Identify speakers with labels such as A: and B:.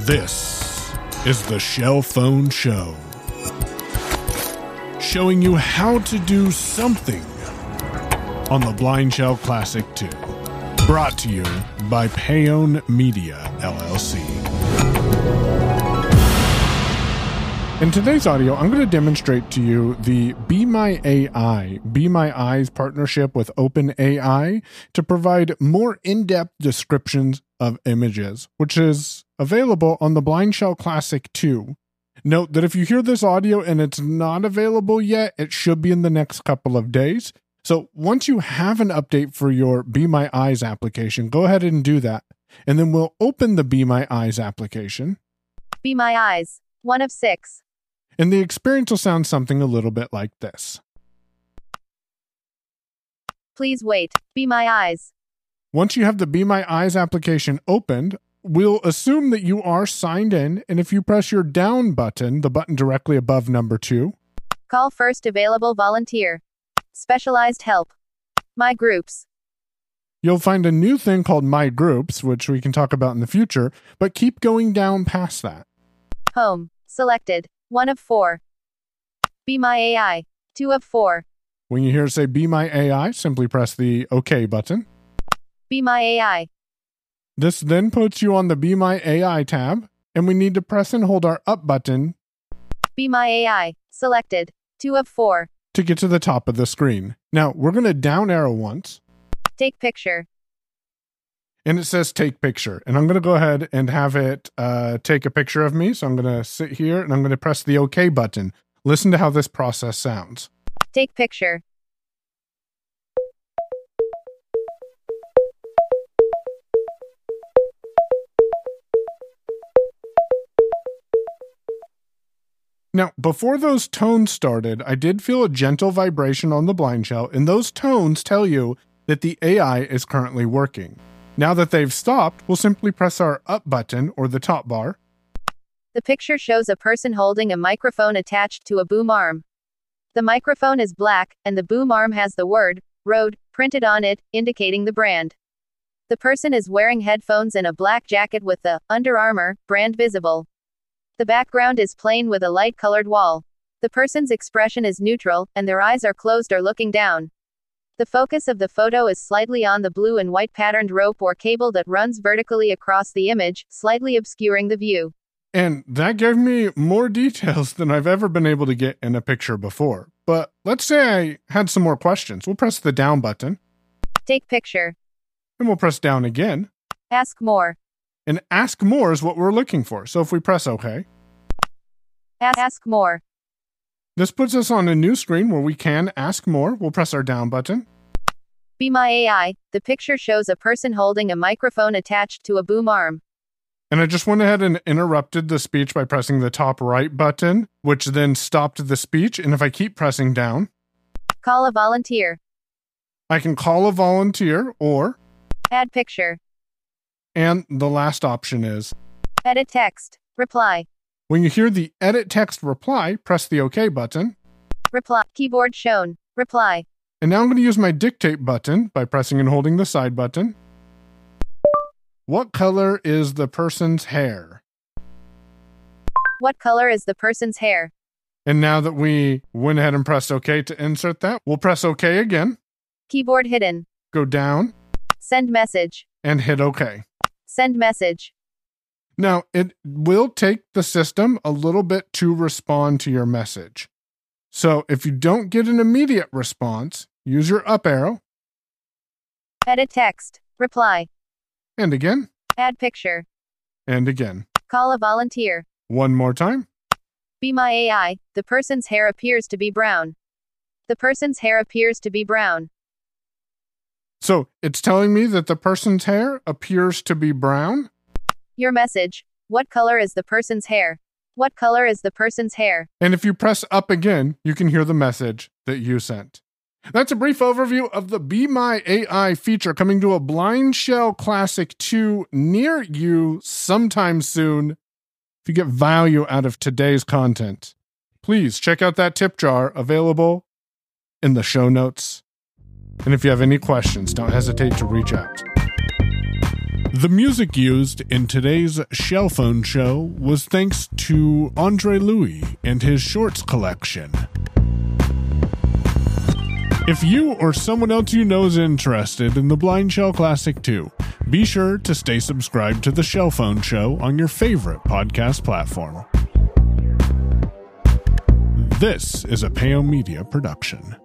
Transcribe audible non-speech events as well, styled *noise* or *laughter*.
A: This is the Shell Phone Show, showing you how to do something on the Blind Shell Classic 2. Brought to you by Payone Media, LLC. In today's audio, I'm going to demonstrate to you the Be My AI, Be My Eyes partnership with OpenAI to provide more in depth descriptions of images, which is available on the Blind Shell Classic 2. Note that if you hear this audio and it's not available yet, it should be in the next couple of days. So once you have an update for your Be My Eyes application, go ahead and do that. And then we'll open the Be My Eyes application,
B: Be My Eyes. One of six.
A: and the experience will sound something a little bit like this.
B: Please wait. Be My Eyes.
A: Once you have the Be My Eyes application opened, we'll assume that you are signed in. And if you press your down button, the button directly above number two,
B: Call first available volunteer. Specialized help. My groups.
A: you'll find a new thing called My Groups, which we can talk about in the future, but keep going down past that.
B: Home. Selected. One of four. Be My AI. Two of four.
A: When you hear it say Be My AI, simply press the OK button.
B: Be My AI.
A: This then puts you on the Be My AI tab, and we need to press and hold our up button
B: Be My AI. Selected. Two of four.
A: to get to the top of the screen. Now, we're going to down arrow once.
B: Take picture.
A: and it says take picture and i'm going to go ahead and have it uh, take a picture of me so i'm going to sit here and i'm going to press the ok button listen to how this process sounds
B: Take picture.
A: now before those tones started i did feel a gentle vibration on the blind shell and those tones tell you that the ai is currently working now that they've stopped we'll simply press our up button or the top bar
B: The picture shows a person holding a microphone attached to a boom arm. The microphone is black, and the boom arm has the word, road, printed on it, indicating the brand. The person is wearing headphones and a black jacket with the Under Armour brand visible. The background is plain with a light colored wall. The person's expression is neutral, and their eyes are closed or looking down. The focus of the photo is slightly on the blue and white patterned rope or cable that runs vertically across the image, slightly obscuring the view.
A: And that gave me more *laughs* details than I've ever been able to get in a picture before. But let's say I had some more questions. We'll press the down button
B: Take picture.
A: and we'll press down again.
B: Ask more.
A: And ask more is what we're looking for. So if we press OK,
B: Ask, ask more.
A: this puts us on a new screen where we can ask more. We'll press our down button.
B: Be My AI. The picture shows a person holding a microphone attached to a boom arm.
A: And I just went ahead and interrupted the speech by pressing the top right button, which then stopped the speech. And if I keep pressing down,
B: Call a volunteer.
A: I can call a volunteer or,
B: Add picture.
A: and the last option is
B: Edit text. Reply.
A: When you hear the edit text reply, press the OK button.
B: Reply. Keyboard shown. Reply.
A: And now I'm going to use my dictate button by pressing and holding the side button. What color is the person's hair?
B: What color is the person's hair?
A: And now that we went ahead and pressed OK to insert that, we'll press OK again,
B: Keyboard hidden.
A: go down,
B: Send message.
A: and hit OK.
B: Send message.
A: Now, it will take the system a little bit to respond to your message. So if you don't get an immediate response, use your up arrow
B: Edit text. Reply.
A: and again
B: Add picture.
A: and again.
B: Call a volunteer.
A: One more time.
B: Be My AI. The person's hair appears to be brown. The person's hair appears to be brown.
A: So it's telling me that the person's hair appears to be brown.
B: Your message. What color is the person's hair? What color is the person's hair?
A: And if you press up again, you can hear the message that you sent. That's a brief overview of the Be My AI feature coming to a Blind Shell Classic 2 near you sometime soon. If you get value out of today's content, please check out that tip jar available in the show notes. And if you have any questions, don't hesitate to reach out. The music used in today's Shell Phone show was thanks to Andre Louis and his shorts collection. If you or someone else you know is interested in the Blind Shell Classic 2, be sure to stay subscribed to the Shell Phone Show on your favorite podcast platform. This is a Peo Media production.